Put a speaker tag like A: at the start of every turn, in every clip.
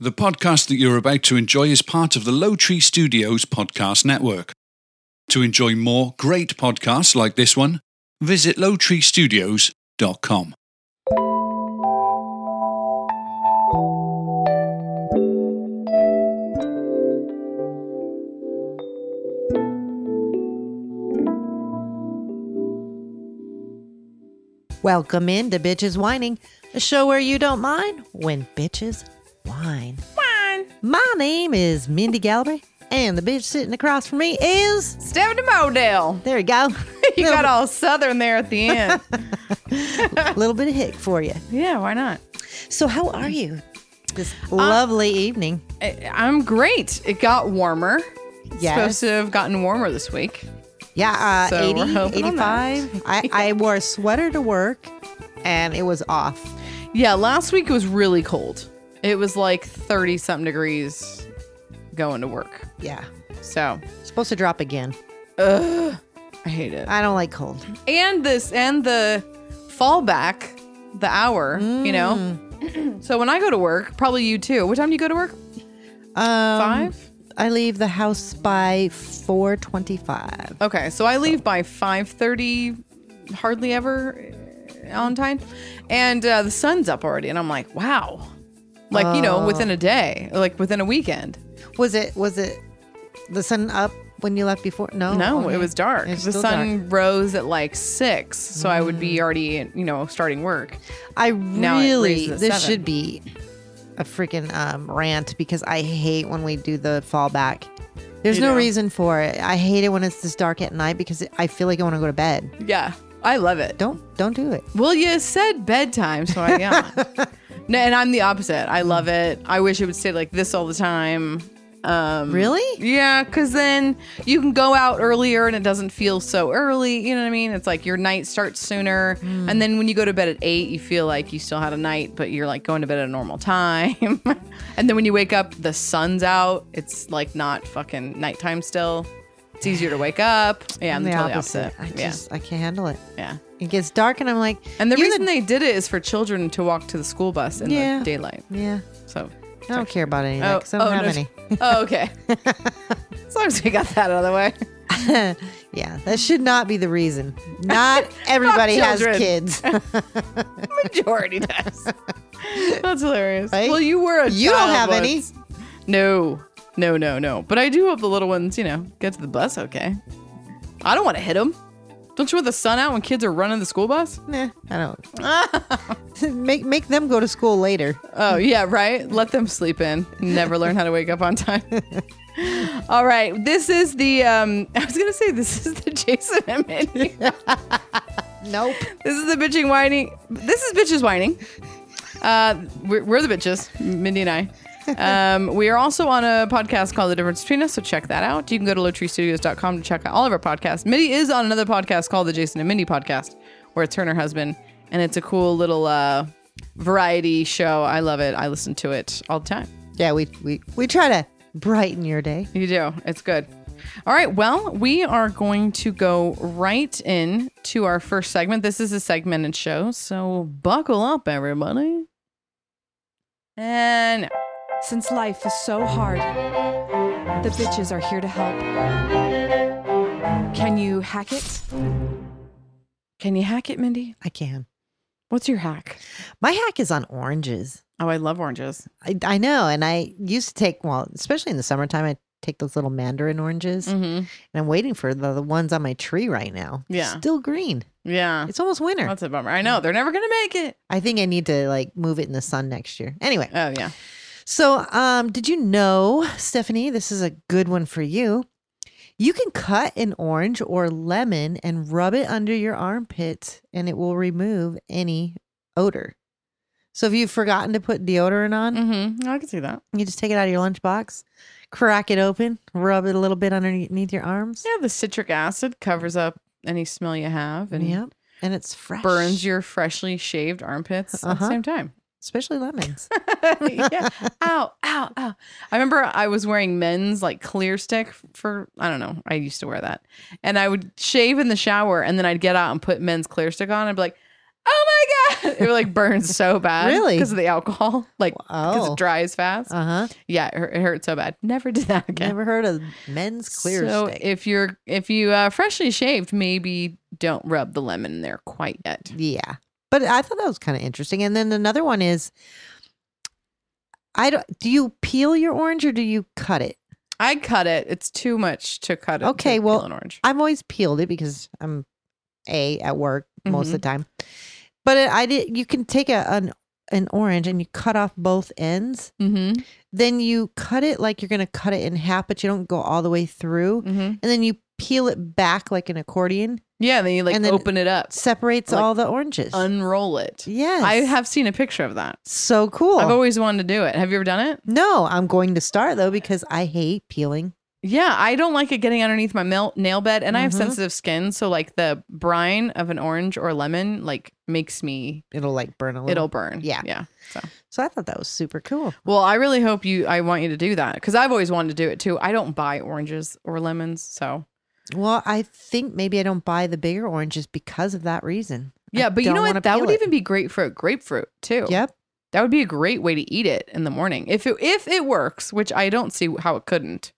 A: The podcast that you're about to enjoy is part of the Low Tree Studios podcast network. To enjoy more great podcasts like this one, visit lowtreestudios.com.
B: Welcome in to Bitches Whining, a show where you don't mind when bitches whine. Whine. My name is Mindy Galloway, and the bitch sitting across from me is.
C: Stephanie Modell.
B: There you go.
C: You got all southern there at the end.
B: a little bit of hick for you.
C: yeah, why not?
B: So, how are you this
C: Uh,
B: lovely evening?
C: I, I'm great. It got warmer. It's
B: Yes.
C: Supposed to have gotten warmer this week.
B: Yeah, uh,
C: So we're
B: 80,
C: hoping on that.
B: 85. I, I wore a sweater to work, and it was off.
C: Yeah, last week was really cold. It was like 30 something degrees going to work.
B: Yeah.
C: So
B: Supposed to drop again.
C: I hate it.
B: I don't like cold.
C: And this and the fallback, the hour, you know?
B: Mm.
C: so when I go to work, probably you too. What time do you go to work?
B: Um,
C: Five?
B: I leave the house by 425.
C: Okay, so I leave by five thirty, hardly ever uh, on time, and uh, the sun's up already, and I'm like, wow, like you know, within
B: Oh.
C: a day, like within a weekend.
B: Was it was it the sun up when you left before? No,
C: No,
B: Oh, okay.
C: it was dark.
B: It's
C: the
B: still
C: sun
B: dark. Mm.
C: rose at like six, so I would be already, you know, starting work.
B: I
C: it
B: really
C: raises at
B: this
C: seven.
B: should be a freaking um, rant because I hate when we do the fallback. There's
C: You
B: no
C: do?
B: reason for it. I hate it when it's this dark at night because it- I feel like I want to go to bed.
C: Yeah, I love it.
B: Don't don't do it.
C: Well, you said bedtime, so I yeah. no, and I'm the opposite. I love it. I wish it would stay like this all the time. Um,
B: Really?
C: Yeah, because then you can go out earlier and it doesn't feel so early. You know what I mean? It's like your night starts sooner.
B: Hmm.
C: And then when you go to bed at eight, you feel like you still had a night, but you're like going to bed at a normal time. and then when you wake up, the sun's out. It's like not fucking nighttime still. It's easier to wake up. Yeah, I'm the totally opposite.
B: I
C: yeah,
B: just I can't handle it.
C: yeah.
B: It gets dark and I'm like
C: And the
B: you're
C: reason they did it is for children to walk to the school bus in
B: Yeah.
C: the daylight.
B: yeah.
C: So.
B: I don't care about any of that 'cause I don't have any.
C: no. Oh, okay. as long as we got that out of the way.
B: Yeah, that should not be the reason. Not everybody has
C: children.
B: kids.
C: Majority does. That's hilarious.
B: Right?
C: Well, you were a
B: You don't
C: child
B: have any.
C: once. No, no, no, no. But I do hope the little ones, you know, get to the bus okay. I don't want to hit them. Don't you want the sun out when kids are running the school bus?
B: Nah, I don't. make make them go to school later.
C: Oh, yeah, right? Let them sleep in. Never learn how to wake up on time. All right. This is the, um, I was going to say, this is the Jason and Mindy.
B: Nope.
C: This is the bitching whining. This is bitches whining. Uh, we're, we're the bitches, Mindy and I. Um, we are also on a podcast called The Difference Between Us, so check that out. You can go to lowtreestudios.com to check out all of our podcasts. Mindy is on another podcast called The Jason and Mindy Podcast, where it's her and her husband, and it's a cool little uh, variety show. I love it. I listen to it all the time.
B: Yeah, we we we try to brighten your day.
C: You do. It's good. All right. Well, we are going to go right in to our first segment. This is a segmented show, so buckle up, everybody. And
D: Since life is so hard, the bitches are here to help. Can you hack it?
C: can you hack it, Mindy?
B: I can.
C: What's your hack?
B: My hack is on oranges.
C: Oh, I love oranges.
B: I, I know, and I used to take well, especially in the summertime, I take those little mandarin oranges,
C: Mm-hmm.
B: and I'm waiting for the, the ones on my tree right now. They're
C: Yeah.
B: still green.
C: Yeah.
B: It's almost winter.
C: That's a bummer. I know. They're never going to make it.
B: I think I need to like move it in the sun next year. Anyway,
C: Oh, yeah.
B: So, um, did you know, Stephanie, this is a good one for you. You can cut an orange or lemon and rub it under your armpit and it will remove any odor. So if you've forgotten to put deodorant on,
C: Mm-hmm. I can see that.
B: you just take it out of your lunchbox, crack it open, rub it a little bit underneath your arms.
C: Yeah. The citric acid covers up any smell you have and
B: Yep. And it's fresh.
C: burns your freshly shaved armpits at
B: Uh-huh.
C: the same time.
B: especially lemons.
C: yeah. Ow, ow, ow. I remember I was wearing men's like clear stick for, I don't know. I used to wear that. And I would shave in the shower and then I'd get out and put men's clear stick on. I'd be like, oh my god, it like burns so bad,
B: Really?
C: because of the alcohol, like because
B: Wow.
C: it dries fast.
B: Uh huh.
C: yeah, it hurt, it hurt so bad. Never did that again.
B: Never heard of men's clear
C: so
B: steak.
C: if you're if you uh, freshly shaved, maybe don't rub the lemon in there quite yet.
B: yeah, but I thought that was kind of interesting. And then another one is, I don't. Do you peel your orange or do you cut it?
C: I cut it. It's too much to cut it.
B: Okay,
C: to
B: well,
C: peel an orange.
B: I've always peeled it because I'm a at work most of the
C: Mm-hmm.
B: time. But it, I did. You can take a an an orange and you cut off both ends.
C: Mm-hmm.
B: Then you cut it like you're gonna cut it in half, but you don't go all the way through.
C: Mm-hmm.
B: And then you peel it back like an accordion.
C: Yeah, then you like
B: And then-
C: open it up,
B: Separates
C: Like
B: all the oranges.
C: unroll it.
B: yes,
C: I have seen a picture of that.
B: so cool.
C: I've always wanted to do it. Have you ever done it?
B: no, I'm going to start though because I hate peeling.
C: Yeah, I don't like it getting underneath my mel- nail bed, and I have
B: Mhm.
C: sensitive skin, so like the brine of an orange or lemon like makes me
B: It'll like burn a little.
C: it'll burn.
B: Yeah.
C: yeah.
B: So I thought that was super cool.
C: Well, I really hope you. I want you to do that because I've always wanted to do it too. I don't buy oranges or lemons, so
B: Well, I think maybe I don't buy the bigger oranges because of that reason. I
C: yeah. But you
B: don't
C: know
B: wanna
C: what? That
B: peel
C: would
B: it.
C: even be great for a grapefruit too.
B: Yep.
C: that would be a great way to eat it in the morning if it if it works, which I don't see how it couldn't.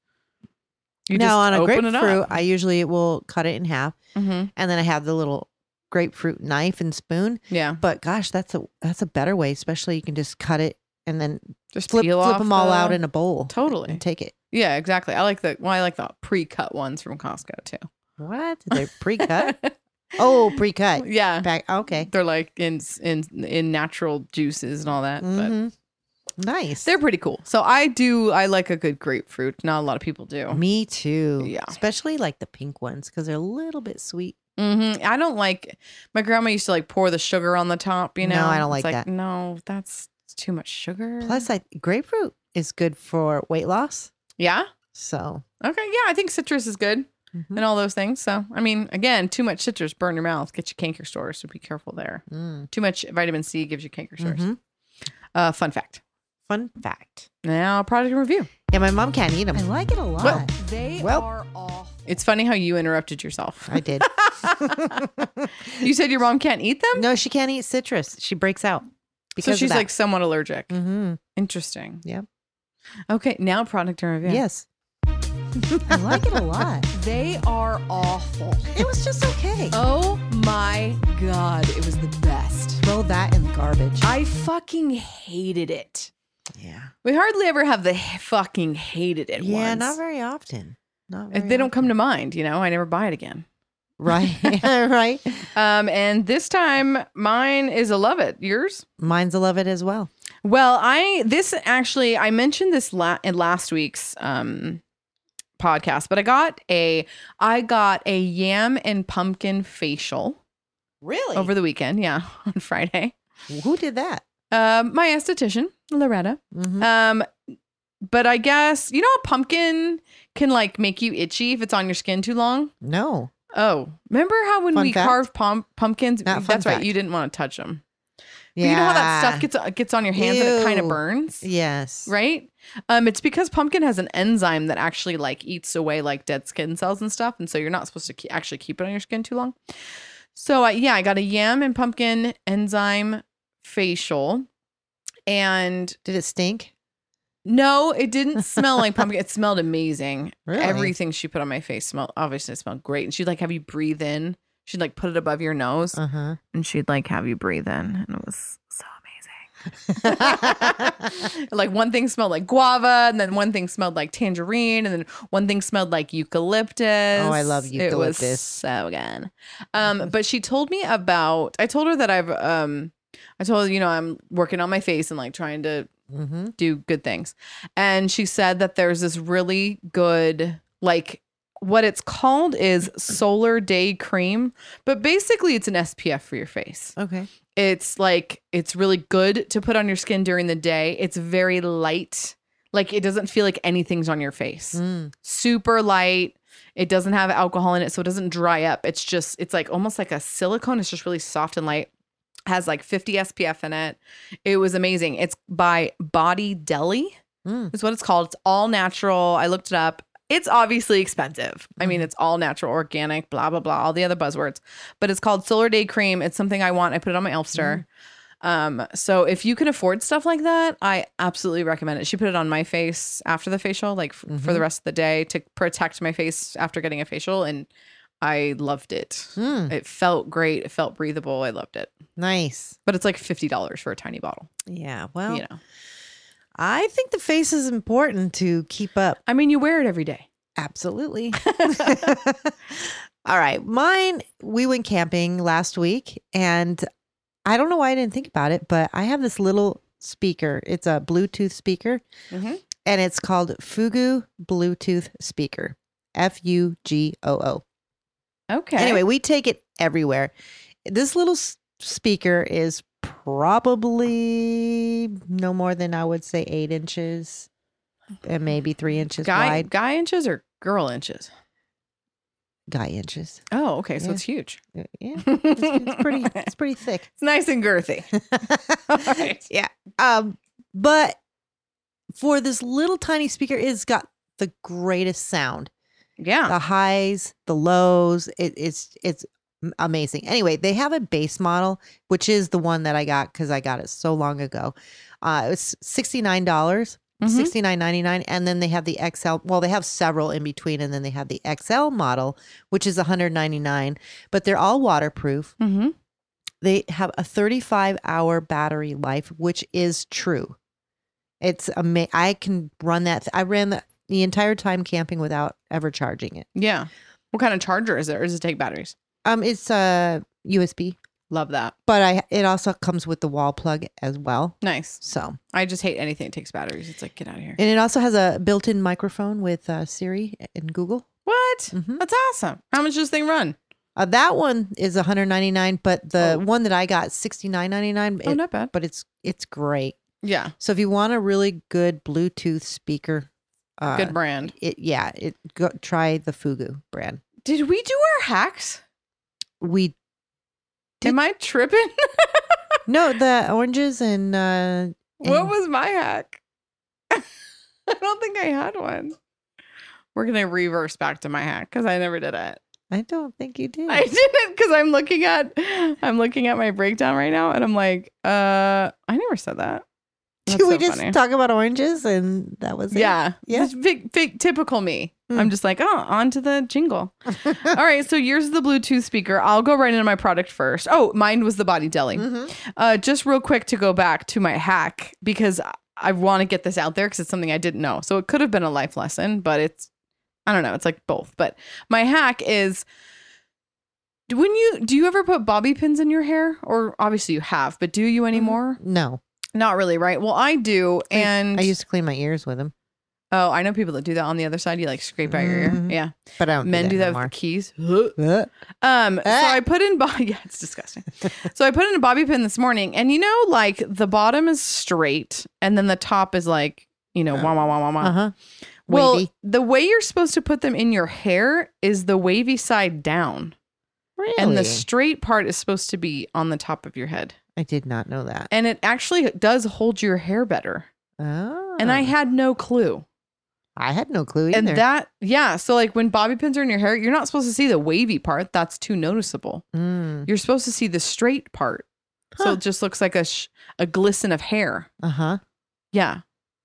C: You
B: now on a
C: open it
B: grapefruit,
C: up.
B: I usually will cut it in half,
C: Mhm.
B: and then I have the little grapefruit knife and spoon.
C: Yeah,
B: But gosh, that's a that's a better way. Especially you can just cut it and then
C: just
B: flip
C: peel
B: flip
C: off
B: them all
C: the-
B: out in a bowl.
C: Totally.
B: and take it.
C: Yeah, exactly. I like the well, I like the pre-cut ones from Costco too.
B: What? They're pre-cut. oh, pre-cut.
C: yeah,
B: Back. Okay.
C: they're like in in in natural juices and all that. But
B: Mhm. Nice.
C: they're pretty cool. So I do. I like a good grapefruit. Not a lot of people do.
B: me too.
C: Oh. Yeah.
B: Especially like the pink ones because they're a little bit sweet.
C: hmm I don't like. My grandma used to like pour the sugar on the top. You know.
B: No, I don't
C: It's
B: like that.
C: No, that's it's too much sugar.
B: Plus, I grapefruit is good for weight loss.
C: yeah.
B: So.
C: Okay. Yeah, I think citrus is good
B: mhm.
C: and all those things. So I mean, again, too much citrus burn your mouth, get you canker sores. So be careful there.
B: Mm.
C: Too much vitamin C gives you canker sores.
B: Mhm.
C: Uh, fun fact.
B: Fun fact.
C: Now, product review.
B: Yeah, my mom can't eat them. I like it a lot.
C: Well-
D: They
B: Well-
D: are awful.
C: It's funny how you interrupted yourself.
B: I did.
C: you said your mom can't eat them,
B: no, she can't eat citrus. She breaks out because
C: so
B: of
C: she's
B: that.
C: like somewhat allergic.
B: Mhm.
C: Interesting.
B: Yep.
C: Okay, now product review.
B: yes,
D: I like it a lot. They are awful.
B: it was just okay.
D: Oh my god, it was the best.
B: Throw that in the garbage.
D: I fucking hated it.
B: yeah,
C: we hardly ever have the h- fucking hated it.
B: yeah,
C: ones.
B: not very often. Not
C: If
B: very
C: they don't come
B: often.
C: to mind. You know, I never buy it again.
B: right, right.
C: Um, and this time mine is a love it. Yours?
B: Mine's a love it as well.
C: Well, I this actually I mentioned this la- in last week's um podcast, but I got a I got a yam and pumpkin facial
B: Really?
C: over the weekend. Yeah, on Friday.
B: Who did that?
C: Um, my esthetician Loretta.
B: Mhm.
C: Um, but I guess you know a pumpkin can like make you itchy if it's on your skin too long.
B: No,
C: Oh, remember how when
B: Fun
C: we
B: fact?
C: carved pom- pumpkins?
B: Not fun
C: That's right.
B: fact.
C: You didn't want to touch them.
B: yeah,
C: But you know how that stuff gets gets on your hands and it kind of
B: Ew.
C: burns.
B: Yes,
C: right? Um, it's because pumpkin has an enzyme that actually like eats away like dead skin cells and stuff, and so you're not supposed to ke- actually keep it on your skin too long. So uh, yeah, I got a yam and pumpkin enzyme facial, and
B: Did it stink?
C: no, it didn't smell like pumpkin. It smelled amazing.
B: Really?
C: Everything she put on my face smelled obviously it smelled great, and she'd like have you breathe in. She'd like put it above your nose,
B: Uh huh.
C: and she'd like have you breathe in, and it was so amazing. like one thing smelled like guava, and then one thing smelled like tangerine, and then one thing smelled like eucalyptus.
B: Oh, I love
C: It was
B: eucalyptus.
C: so good. Um, but she told me about. I told her that I've. Um, I told her, you know I'm working on my face and like trying to
B: hmm
C: do good things, and she said that there's this really good like what it's called is solar day cream, but basically it's an SPF for your face.
B: Okay.
C: It's like it's really good to put on your skin during the day. It's very light. Like it doesn't feel like anything's on your face.
B: Mm.
C: Super light. It doesn't have alcohol in it, so it doesn't dry up. It's just it's like almost like a silicone. It's just really soft and light. Has like 50 SPF in it. It was amazing. It's by Body Deli.
B: Mm.
C: It's what it's called. It's all natural. I looked it up. It's obviously expensive. I mean, it's all natural, organic, blah, blah, blah, all the other buzzwords. But it's called Solar Day Cream. It's something I want. I put it on my Elfster. Um, so if you can afford stuff like that, I absolutely recommend it. She put it on my face after the facial, like f- for the rest of the day to protect my face after getting a facial. And I loved it.
B: Mm.
C: It felt great. It felt breathable. I loved it.
B: Nice.
C: But it's like $50 for a tiny bottle,
B: Yeah. Well,
C: you know.
B: I think the face is important to keep up.
C: I mean, you wear it every day.
B: Absolutely. All right. Mine, we went camping last week and I don't know why I didn't think about it, but I have this little speaker. It's a Bluetooth speaker
C: Mhm.
B: and it's called Fugu Bluetooth Speaker. F U G O O.
C: Okay.
B: Anyway, we take it everywhere. This little s- speaker is probably no more than I would say eight inches and maybe three inches
C: guy
B: wide.
C: guy inches or girl inches?
B: Guy inches.
C: Oh, okay, so
B: Yeah.
C: it's huge.
B: Uh, Yeah.
C: it's,
B: It's, it's pretty it's pretty thick.
C: nice and girthy. Alright.
B: Yeah. Um but for this little tiny speaker it's got the greatest sound.
C: Yeah.
B: the highs, the lows. It, it's it's m- amazing. Anyway, they have a base model, which is the one that I got because I got it so long ago. Uh, it was sixty nine dollars,
C: Mhm.
B: sixty nine ninety nine, and then they have the XL. Well, they have several in between, and then they have the XL model, which is one hundred ninety nine. But they're all waterproof.
C: Mhm.
B: They have a thirty five hour battery life, which is true. It's amazing. I can run that. I ran the, the entire time camping without ever charging it.
C: Yeah. What kind of charger is there? Or does it take batteries?
B: Um, it's uh, USB,
C: Love that.
B: but I it also comes with the wall plug as well.
C: Nice.
B: So
C: I just hate anything that takes batteries. It's like get out of here.
B: and it also has a built-in microphone with uh, Siri and Google.
C: What?
B: Mhm.
C: That's awesome. How much does this thing run?
B: Uh, that one is 199, but the
C: Oh.
B: one that I got 69.99.
C: oh,
B: it-
C: not bad.
B: But it's it's great.
C: Yeah.
B: So if you want a really good Bluetooth speaker, uh,
C: Good brand.
B: It yeah, it go, try the Fugu brand.
C: Did we do our hacks?
B: We Did-
C: Am I tripping?
B: no the oranges and uh,
C: What
B: And-
C: was my hack? I don't think I had one. We're gonna reverse back to my hack because I never did it.
B: I don't think you did.
C: I didn't because I'm looking at I'm looking at my breakdown right now and I'm like, uh, I never said that.
B: Did
C: That's
B: we
C: so
B: just
C: funny.
B: talk about oranges and that was it?
C: Yeah.
B: Yeah.
C: Just Big, big, typical me. I'm
B: Mm.
C: just like, oh, on to the jingle. All right. So yours is the Bluetooth speaker. I'll go right into my product first. Oh, mine was the Body Deli.
B: Mhm.
C: Uh, just real quick to go back to my hack because I- I want to get this out there because it's something I didn't know. So it could have been a life lesson, but it's I don't know. It's like both. But my hack is when you do you ever put bobby pins in your hair or obviously you have but do you anymore
B: No,
C: not really right well Mm-hmm. i do and
B: I used to clean my ears with them,
C: oh i know people that do that on the other side you like scrape out your ear
B: Mhm.
C: yeah
B: but I don't.
C: men Mm-hmm. do
B: do
C: that
B: that, Uh,
C: with keys
B: anymore.
C: um, so
B: Ah.
C: I put in bo- yeah, it's disgusting. so I put in a bobby pin this morning, and you know, like the bottom is straight, and then the top is like you know, wah wah wah wah wah.
B: Uh huh.
C: Well,
B: Wavy.
C: the way you're supposed to put them in your hair is the wavy side down,
B: Really?
C: and the straight part is supposed to be on the top of your head,
B: I did not know that.
C: and it actually does hold your hair better.
B: Oh.
C: And I had no clue.
B: I had no clue either.
C: And that, yeah. So, like when bobby pins are in your hair, you're not supposed to see the wavy part. That's too noticeable.
B: Mm.
C: You're supposed to see the straight part. So
B: Huh.
C: it just looks like a sh- a glisten of hair.
B: Uh huh.
C: Yeah.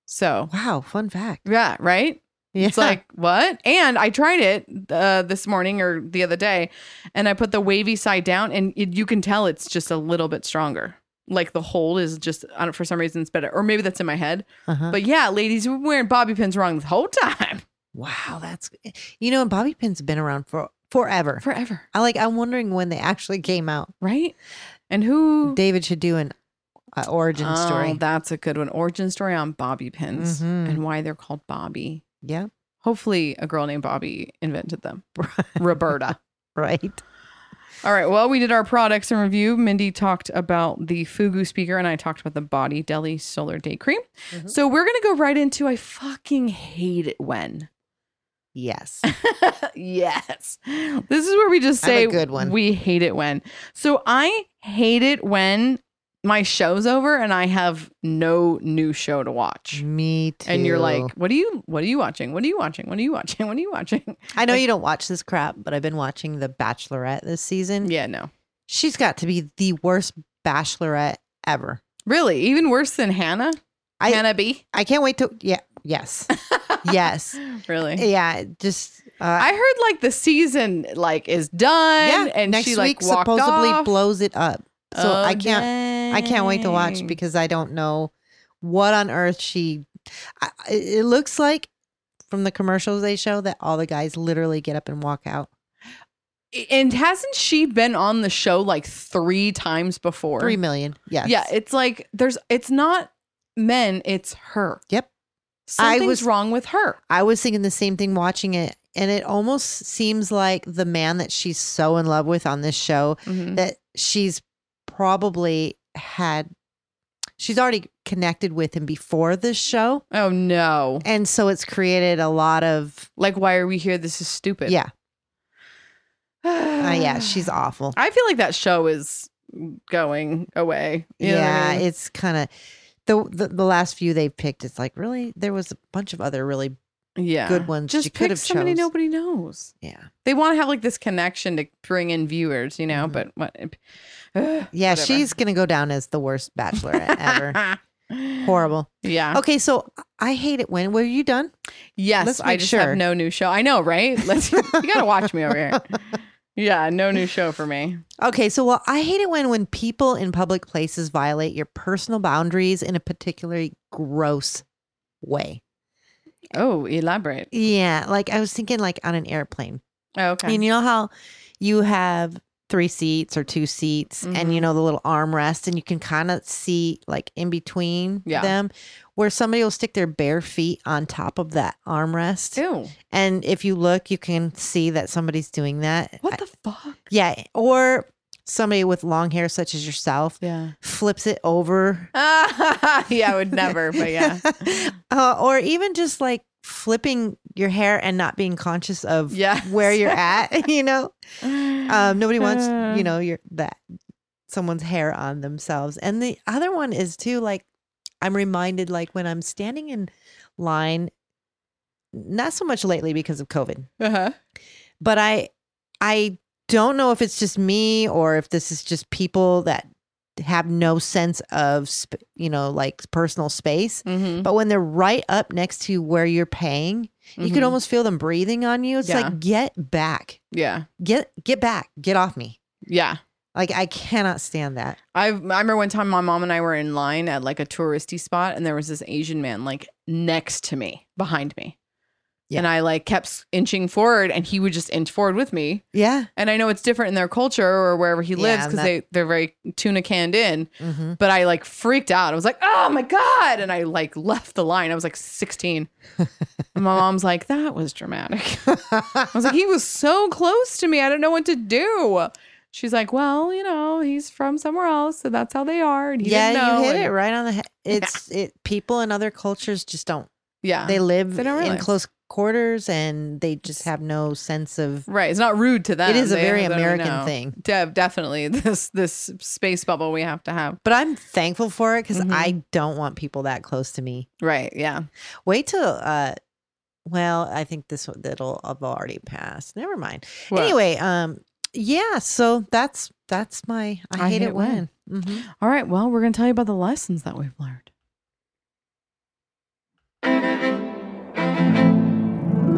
C: So
B: Wow. Fun fact.
C: yeah, right.
B: Yeah.
C: It's like what? And I tried it uh, this morning or the other day, and I put the wavy side down, and it, you can tell it's just a little bit stronger. Like the hold is just I don't for some reason it's better, or maybe that's in my head.
B: Uh-huh.
C: But yeah, ladies, we're wearing bobby pins wrong the whole time,
B: wow. That's you know, and bobby pins have been around for forever.
C: forever,
B: I like. I'm wondering when they actually came out.
C: right? And who?
B: David should do an uh, origin
C: Oh,
B: story.
C: that's a good one. Origin story on bobby pins
B: Mhm.
C: and why they're called bobby.
B: yeah.
C: Hopefully, a girl named Bobby invented them. Roberta.
B: Right.
C: All right. Well, we did our products and review. Mindy talked about the Fugu speaker, and I talked about the Body Deli Solar Day Cream.
B: Mhm.
C: So we're gonna go right into I fucking hate it when.
B: Yes.
C: yes. This is where we just
B: I have
C: say
B: a good one.
C: we hate it when. So I hate it when my show's over and I have no new show to watch.
B: Me too.
C: And you're like, what are you what are you watching? What are you watching? What are you watching? What are you watching?
B: I know you don't watch this crap, but I've been watching The Bachelorette this season.
C: yeah, no.
B: She's got to be the worst bachelorette ever.
C: Really? Even worse than Hannah?
B: I-
C: Hannah B?
B: I can't wait to yeah, yes. yes.
C: Really?
B: Yeah, just uh,
C: I heard like the season like is done
B: yeah,
C: and
B: next
C: she like
B: week
C: walked
B: supposedly
C: off.
B: blows it up. So
C: Oh,
B: I can't I can't wait to watch
C: dang.
B: because I don't know what on earth she. I, I- it looks like from the commercials they show that all the guys literally get up and walk out
C: And hasn't she been on the show like 3 times before?
B: three million. Yes.
C: Yeah, it's like there's it's not men, it's her.
B: Yep. I
C: Something's
B: was-
C: wrong with her.
B: I was thinking the same thing watching it, and it almost seems like the man that she's so in love with on this show
C: Mhm.
B: that she's probably had. She's already connected with him before this show,
C: Oh no.
B: and so it's created a lot of
C: Like why are we here? This is stupid.
B: yeah, uh, yeah. She's awful.
C: I feel like that show is going away. You know what
B: yeah,
C: I mean?
B: it's kind of the, the the last few they picked. It's like really there was a bunch of other really
C: yeah.
B: good ones
C: Just
B: you could
C: pick
B: have
C: somebody
B: chose.
C: nobody knows.
B: yeah
C: They want to have like this connection to bring in viewers, you know.
B: Mhm.
C: But what? ugh,
B: yeah
C: whatever.
B: she's gonna go down as the worst bachelorette ever. Horrible.
C: Yeah.
B: Okay, so I hate it when were you done?
C: Yes,
B: Oh, Let's
C: I
B: make
C: just
B: sure.
C: have no new show. I know, right? Let's. you gotta watch me over here. Yeah, no new show for me.
B: Okay, so well, I hate it when when people in public places violate your personal boundaries in a particularly gross way.
C: Oh, elaborate.
B: Yeah, like I was thinking like on an airplane.
C: Oh, okay.
B: And you know how you have three seats or two seats
C: Mm-hmm.
B: and you know the little armrest and you can kind of see like in between
C: Yeah.
B: them where somebody will stick their bare feet on top of that armrest.
C: Ew.
B: And if you look, you can see that somebody's doing that.
C: What
B: I-
C: the fuck?
B: yeah, or somebody with long hair such as yourself
C: Yeah.
B: flips it over.
C: yeah, I would never. But yeah.
B: uh, or even just like flipping your hair and not being conscious of
C: Yeah.
B: where you're at, you know? um, nobody wants
C: Uh.
B: you know your that someone's hair on themselves and the other one is too like i'm reminded like when i'm standing in line not so much lately because of covid
C: Uh-huh.
B: but i i don't know if it's just me or if this is just people that have no sense of sp- you know like personal space
C: Mm-hmm.
B: but when they're right up next to where you're paying you can
C: Mhm.
B: almost feel them breathing on you it's
C: Yeah.
B: like get back
C: Yeah.
B: get get back get off me
C: Yeah.
B: like I cannot stand that.
C: I I remember one time my mom and I were in line at like a touristy spot, and there was this Asian man like next to me, behind me.
B: Yeah.
C: And I like kept inching forward, and he would just inch forward with me.
B: Yeah.
C: And I know it's different in their culture or wherever he
B: Yeah,
C: lives because
B: that-
C: they they're very tuna canned in.
B: Mm-hmm.
C: But I like freaked out. I was like, "Oh my god!" And I like left the line. I was like 16. and my mom's like, "That was dramatic." I was like, he was so close to me. I didn't know what to do. She's like, well, you know, he's from somewhere else, so that's how they are. And he
B: yeah,
C: didn't know.
B: you hit
C: and-
B: it right on the head. It's it. People in other cultures just don't.
C: Yeah,
B: They live
C: Uh, They don't
B: in
C: realize.
B: close quarters, and they just have no sense of.
C: right. It's not rude to them.
B: it is a
C: They-
B: very
C: they don't
B: American
C: know.
B: thing.
C: De- definitely this this space bubble we have to have.
B: But I'm thankful for it because
C: Mhm.
B: I don't want people that close to me.
C: Right. Yeah.
B: Wait till. uh Well, I think this one- that'll have already passed. Never mind.
C: Well,
B: Anyway, um, yeah. So that's that's my. I, hate, it when. Mhm.
C: All right. Well, we're gonna tell you about the lessons that we've learned.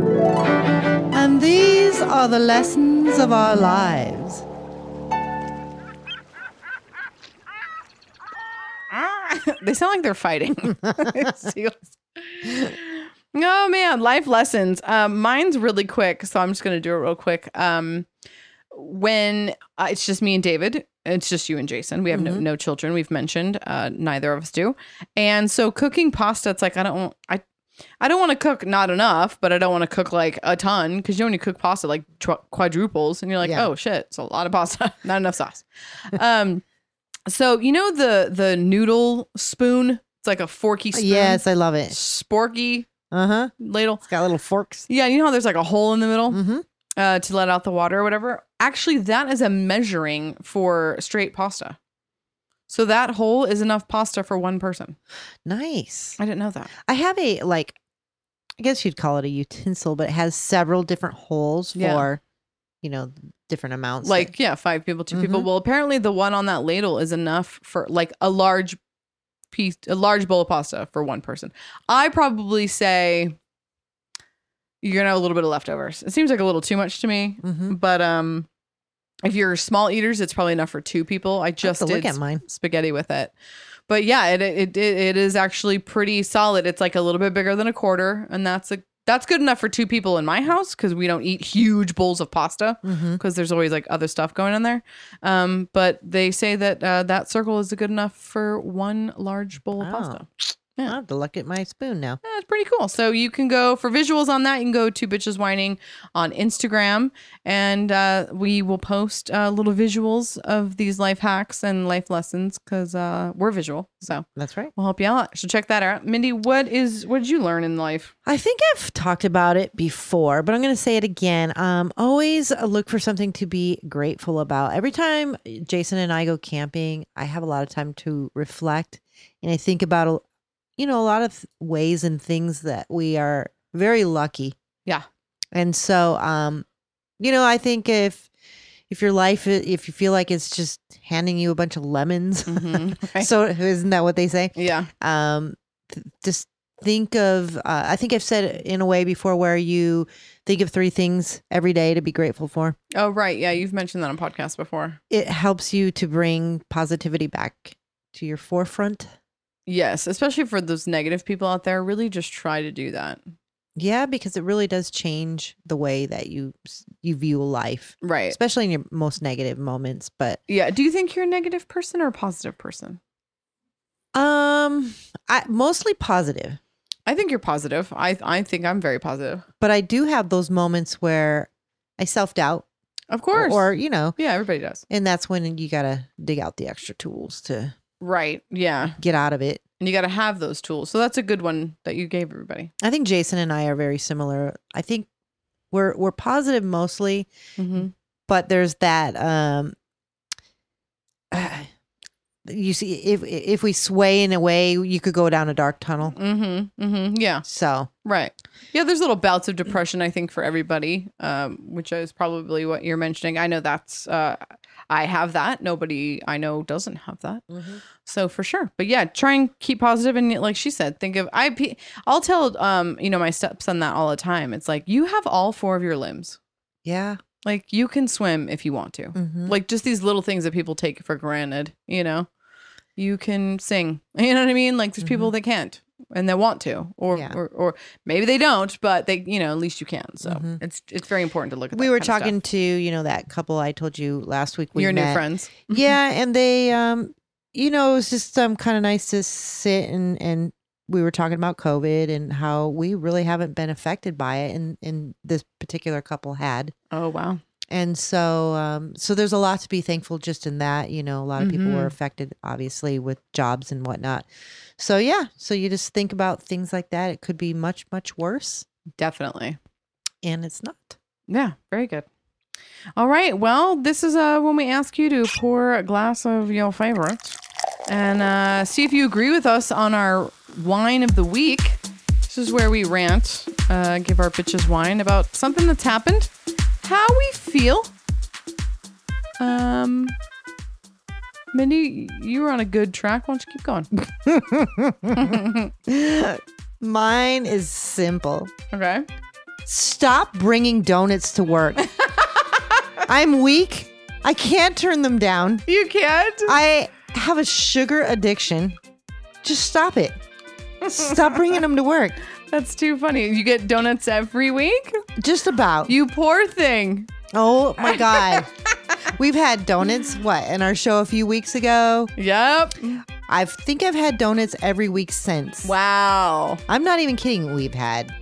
B: And these are the lessons of our lives.
C: they sound like they're fighting. Seals. oh man, life lessons. Um, mine's really quick, so I'm just gonna do it real quick. Um, when uh, it's just me and David, it's just you and Jason. We have no,
B: Mhm.
C: no children. We've mentioned uh, neither of us do, and so cooking pasta. It's like I don't want I. I don't want to cook not enough, but I don't want to cook like a ton because you only cook pasta like tw- quadruples, and you're like,
B: Yeah.
C: oh shit, it's a lot of pasta, not enough sauce. Um, so you know the the noodle spoon? It's like a forky spoon.
B: Yes, I love it.
C: Sporky
B: Uh huh.
C: ladle.
B: It's got little forks.
C: Yeah, you know how there's like a hole in the middle
B: Mm-hmm.
C: uh, to let out the water or whatever? Actually, that is a measuring for straight pasta. So that whole is enough pasta for one person.
B: Nice.
C: I didn't know that.
B: I have a like, I guess you'd call it a utensil, but it has several different holes
C: Yeah.
B: for, you know, different amounts.
C: Like, yeah, five people, 2
B: Mm-hmm.
C: people. Well, apparently the one on that ladle is enough for like a large piece, a large bowl of pasta for one person. I probably say you're gonna have a little bit of leftovers. It seems like a little too much to me,
B: Mhm.
C: but um, if you're small eaters, it's probably enough for two people. I
B: I have
C: just
B: to look
C: did
B: at mine.
C: spaghetti with it. But yeah, it, it it it is actually pretty solid. It's like a little bit bigger than a quarter, and that's a that's good enough for two people in my house because we don't eat huge bowls of pasta
B: Mhm.
C: because there's always like other stuff going on there. Um, but they say that uh, that circle is good enough for one large bowl of
B: Oh.
C: pasta.
B: I
C: Yeah.
B: have to look at my spoon now.
C: Yeah, it's pretty cool. So you can go for visuals on that. You can go to Bitches Whining on Instagram, and uh, we will post uh, little visuals of these life hacks and life lessons because uh, we're visual. So
B: That's right.
C: we'll help you out. So check that out, Mindy. What is what did you learn in life?
B: I think I've talked about it before, but I'm going to say it again. Um, always look for something to be grateful about. Every time Jason and I go camping, I have a lot of time to reflect and I think about, a- you know, a lot of ways and things that we are very lucky.
C: Yeah.
B: And so, um, you know, I think if if your life, i- if you feel like it's just handing you a bunch of lemons,
C: Mm, Right?
B: Mm-hmm. so isn't that what they say?
C: yeah,
B: um th- just think of uh, i think i've said it in a way before where you think of three things every day to be grateful for
C: oh right, yeah. You've mentioned that on podcast before.
B: it helps you to bring positivity back to your forefront
C: Yes, especially for those negative people out there. Really, just try to do that.
B: yeah because it really does change the way that you s- you view life
C: Right.
B: especially in your most negative moments but
C: Yeah. Do you think you're a negative person or a positive person?
B: um i mostly positive
C: I think you're positive. I I think I'm very positive.
B: but i do have those moments where i self-doubt
C: Of course.
B: or you know
C: yeah, everybody does.
B: and that's when you gotta dig out the extra tools to
C: Right. Yeah.
B: get out of it
C: And you got to have those tools. So that's a good one that you gave everybody.
B: I think Jason and I are very similar. I think we're we're positive mostly,
C: Mm-hmm.
B: but there's that um you see if if we sway in a way, you could go down a dark tunnel.
C: Mm-hmm. Mm-hmm. Yeah.
B: So,
C: Right. Yeah. There's little bouts of depression, I think, for everybody, um, which is probably what you're mentioning. I know that's, uh, I have that. Nobody I know doesn't have that. So for sure. But yeah, try and keep positive and like she said, think of I pe- I'll tell um, you know, my stepson that all the time. It's like you have all four of your limbs.
B: yeah.
C: Like you can swim if you want to.
B: Mhm.
C: like just these little things that people take for granted you know you can sing you know what i mean like there's people that can't and they want to or,
B: Mm-hmm. Yeah.
C: or or maybe they don't but they you know at least you can so
B: Mhm.
C: it's it's very important to look at
B: We
C: that
B: were
C: kind of
B: talking to, you know, that couple I told you last week
C: stuff.
B: we
C: your new
B: met.
C: friends
B: Yeah, and they um you know, it was just um kind of nice to sit and and we were talking about COVID and how we really haven't been affected by it and and this particular couple had.
C: oh wow
B: and so um so there's a lot to be thankful just in that you know a lot of people
C: Mhm.
B: were affected obviously with jobs and whatnot so yeah so you just think about things like that it could be much much worse
C: definitely
B: and it's not
C: yeah very good all right well this is uh when we ask you to pour a glass of your favorite and uh see if you agree with us on our wine of the week This is where we rant, uh, give our bitches wine about something that's happened, how we feel. Um, Mindy, you were on a good track. Why don't you keep going?
B: mine is simple
C: Okay.
B: stop bringing donuts to work i'm weak i can't turn them down
C: You can't.
B: i have a sugar addiction just stop it stop bringing them to work
C: That's too funny. You get donuts every week?
B: just about
C: You poor thing.
B: Oh my God. We've had donuts, what, in our show a few weeks ago?
C: Yep.
B: I think I've had donuts every week since.
C: Wow.
B: I'm not even kidding. We've had.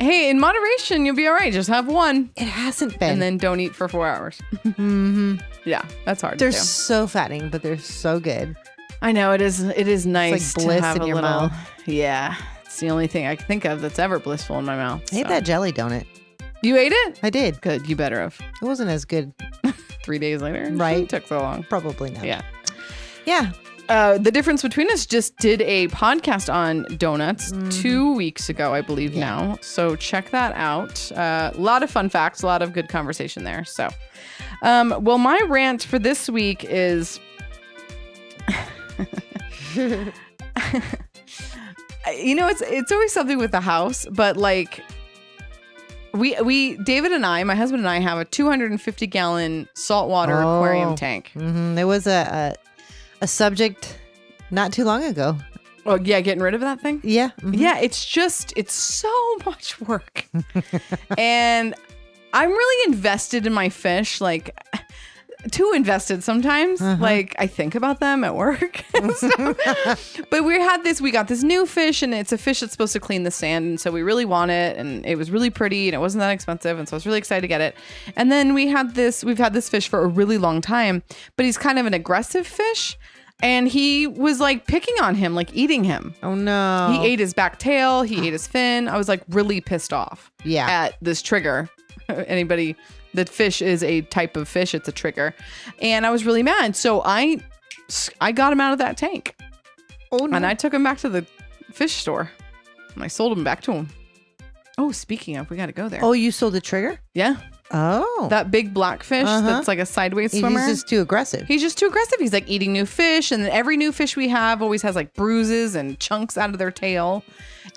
C: Hey, in moderation, you'll be all right. Just have one
B: It hasn't been.
C: and Mm-hmm. then don't eat for four hours. Yeah, that's hard.
B: they're
C: to do.
B: so fattening, but they're so good.
C: I know it is. It is nice
B: bliss
C: to have
B: in
C: a
B: your
C: little.
B: mouth.
C: Yeah, it's the only thing I can think of that's ever blissful in my mouth.
B: I ate
C: so.
B: that jelly donut.
C: You ate it.
B: I did.
C: Good. You better have.
B: It wasn't as good.
C: Three days later. It
B: Right.
C: took so long.
B: Probably not.
C: Yeah.
B: Yeah.
C: uh, the difference between us just did a podcast on donuts two weeks ago, I believe now. So check that out. A lot of fun facts, a lot of good conversation there. So, um, well, my rant for this week is. you know, it's it's always something with the house, but like we we David and I, my husband and I, have a 250 gallon saltwater
B: Oh.
C: aquarium tank.
B: hmm There was a, a a subject not too long ago.
C: Oh yeah, getting rid of that thing.
B: Yeah. mhm.
C: Yeah, it's just it's so much work. and I'm really invested in my fish, like too invested sometimes. Like I think about them at work. and stuff. but we had this we got this new fish and it's a fish that's supposed to clean the sand and so we really want it and it was really pretty and it wasn't that expensive and so I was really excited to get it. And then we had this we've had this fish for a really long time, but he's kind of an aggressive fish. And he was like picking on him, like eating him.
B: Oh no.
C: He ate his back tail. He ate his fin. I was like really pissed off.
B: Yeah.
C: At this trigger. Anybody, the fish is a type of fish. It's a trigger, and I was really mad. So I, I got him out of that tank,
B: Oh no.
C: and I took him back to the fish store, and I sold him back to him. Oh, speaking of, we got to go there.
B: oh, you sold the trigger?
C: yeah,
B: Oh.
C: that big black fish
B: Uh-huh.
C: that's like a sideways
B: He's
C: swimmer.
B: just too aggressive.
C: He's just too aggressive. He's like eating new fish, and every new fish we have always has like bruises and chunks out of their tail.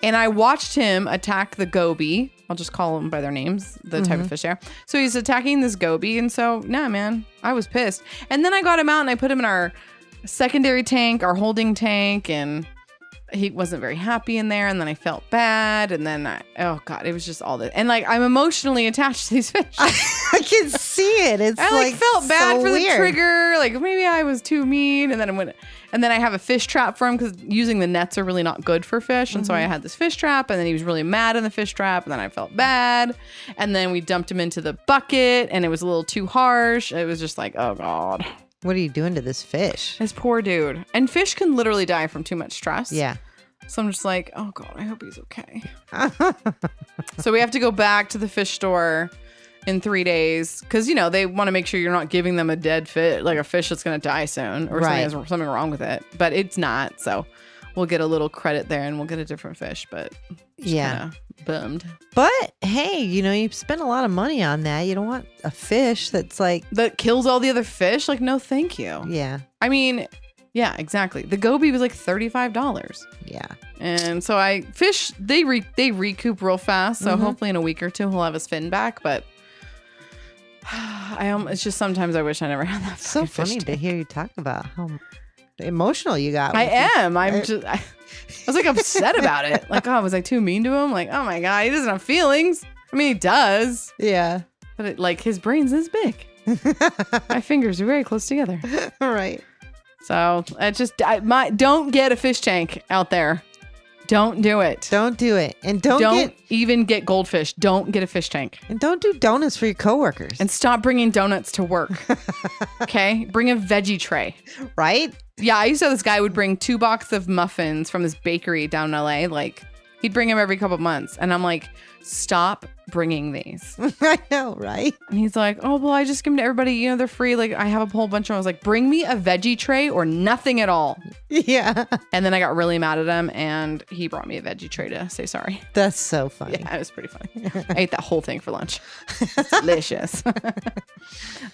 C: And I watched him attack the goby. I'll just call them by their names, the type of fish there. So he's attacking this goby, and so nah, man, I was pissed. And then I got him out and I put him in our secondary tank, our holding tank, and he wasn't very happy in there. And then I felt bad, and then I, oh god, it was just all this. And like I'm emotionally attached to these fish.
B: I can see it. It's
C: I like, felt bad
B: so
C: for the
B: weird.
C: trigger. Like maybe I was too mean, and then I went, and then I have a fish trap for him because using the nets are really not good for fish. And so
B: Mm-hmm.
C: I had this fish trap, and then he was really mad in the fish trap, and then I felt bad, and then we dumped him into the bucket, and it was a little too harsh. It was just like, oh god,
B: What are you doing to this fish?
C: this poor dude. And fish can literally die from too much stress.
B: Yeah.
C: So I'm just like, oh god, I hope he's okay. so we have to go back to the fish store in three days because you know they want to make sure you're not giving them a dead fish, like a fish that's going to die soon or
B: Right.
C: something, something wrong with it. But it's not, so we'll get a little credit there and we'll get a different fish. But
B: Yeah.
C: kinda bummed.
B: But hey, you know, you spend a lot of money on that. You don't want a fish that's like,
C: That kills all the other fish. Like no, thank you.
B: yeah,
C: I mean, yeah, exactly. The goby was like thirty five dollars.
B: yeah.
C: And so I fish they re, they recoup real fast.
B: Mm-hmm.
C: So hopefully in a week or two he'll have his fin back. But I almost, it's just sometimes I wish I never had that.
B: It's so
C: fucking fish
B: funny to
C: tank.
B: hear you talk about how emotional you got.
C: I
B: with this.
C: am. I'm
B: I-
C: just. I, I was like upset about it. Like, oh, was I too mean to him? Like, oh my god, he doesn't have feelings. I mean, he does,
B: Yeah.
C: but it, like his brain's this big. my fingers are very close together.
B: All right.
C: So I just I, my don't get a fish tank out there. Don't do it.
B: Don't do it. And don't,
C: don't
B: get
C: even get goldfish. Don't get a fish tank.
B: and don't do donuts for your coworkers.
C: And stop bringing donuts to work. okay? Bring a veggie tray.
B: right?
C: Yeah, I used to have this guy would bring two boxes of muffins from this bakery down in LA. Like, he'd bring them every couple of months. And I'm like, stop bringing these.
B: I know, right?
C: And he's like, oh, well, I just give them to everybody. You know, they're free. Like, I have a whole bunch of them. I was like, bring me a veggie tray or nothing at all.
B: Yeah.
C: And then I got really mad at him. And he brought me a veggie tray to say sorry.
B: That's so funny.
C: Yeah, it was pretty funny. I ate that whole thing for lunch. It's delicious.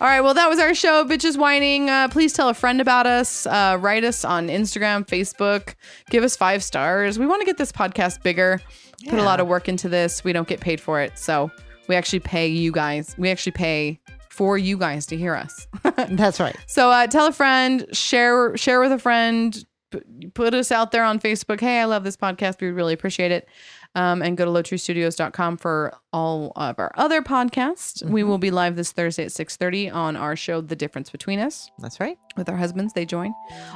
C: All right, well, that was our show, Bitches Whining. Uh, please tell a friend about us. Uh, write us on Instagram, Facebook. Give us five stars. We want to get this podcast bigger. Put a lot of work into this. We don't get paid for it. So we actually pay you guys. We actually pay for you guys to hear us.
B: That's right.
C: So uh, tell a friend, share share with a friend, p- put us out there on Facebook. Hey, I love this podcast. We would really appreciate it. Um, and go to lowtreestudios.com for all of our other podcasts. We will be live this Thursday at 6.30 on our show, The Difference Between Us,
B: That's right.
C: with our husbands. They join.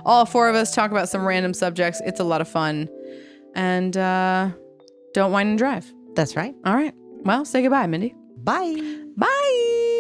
C: All four of us talk about some random subjects. It's a lot of fun. And uh, don't wine and drive.
B: That's right.
C: All right. Well, say goodbye, Mindy.
B: Bye.
C: Bye.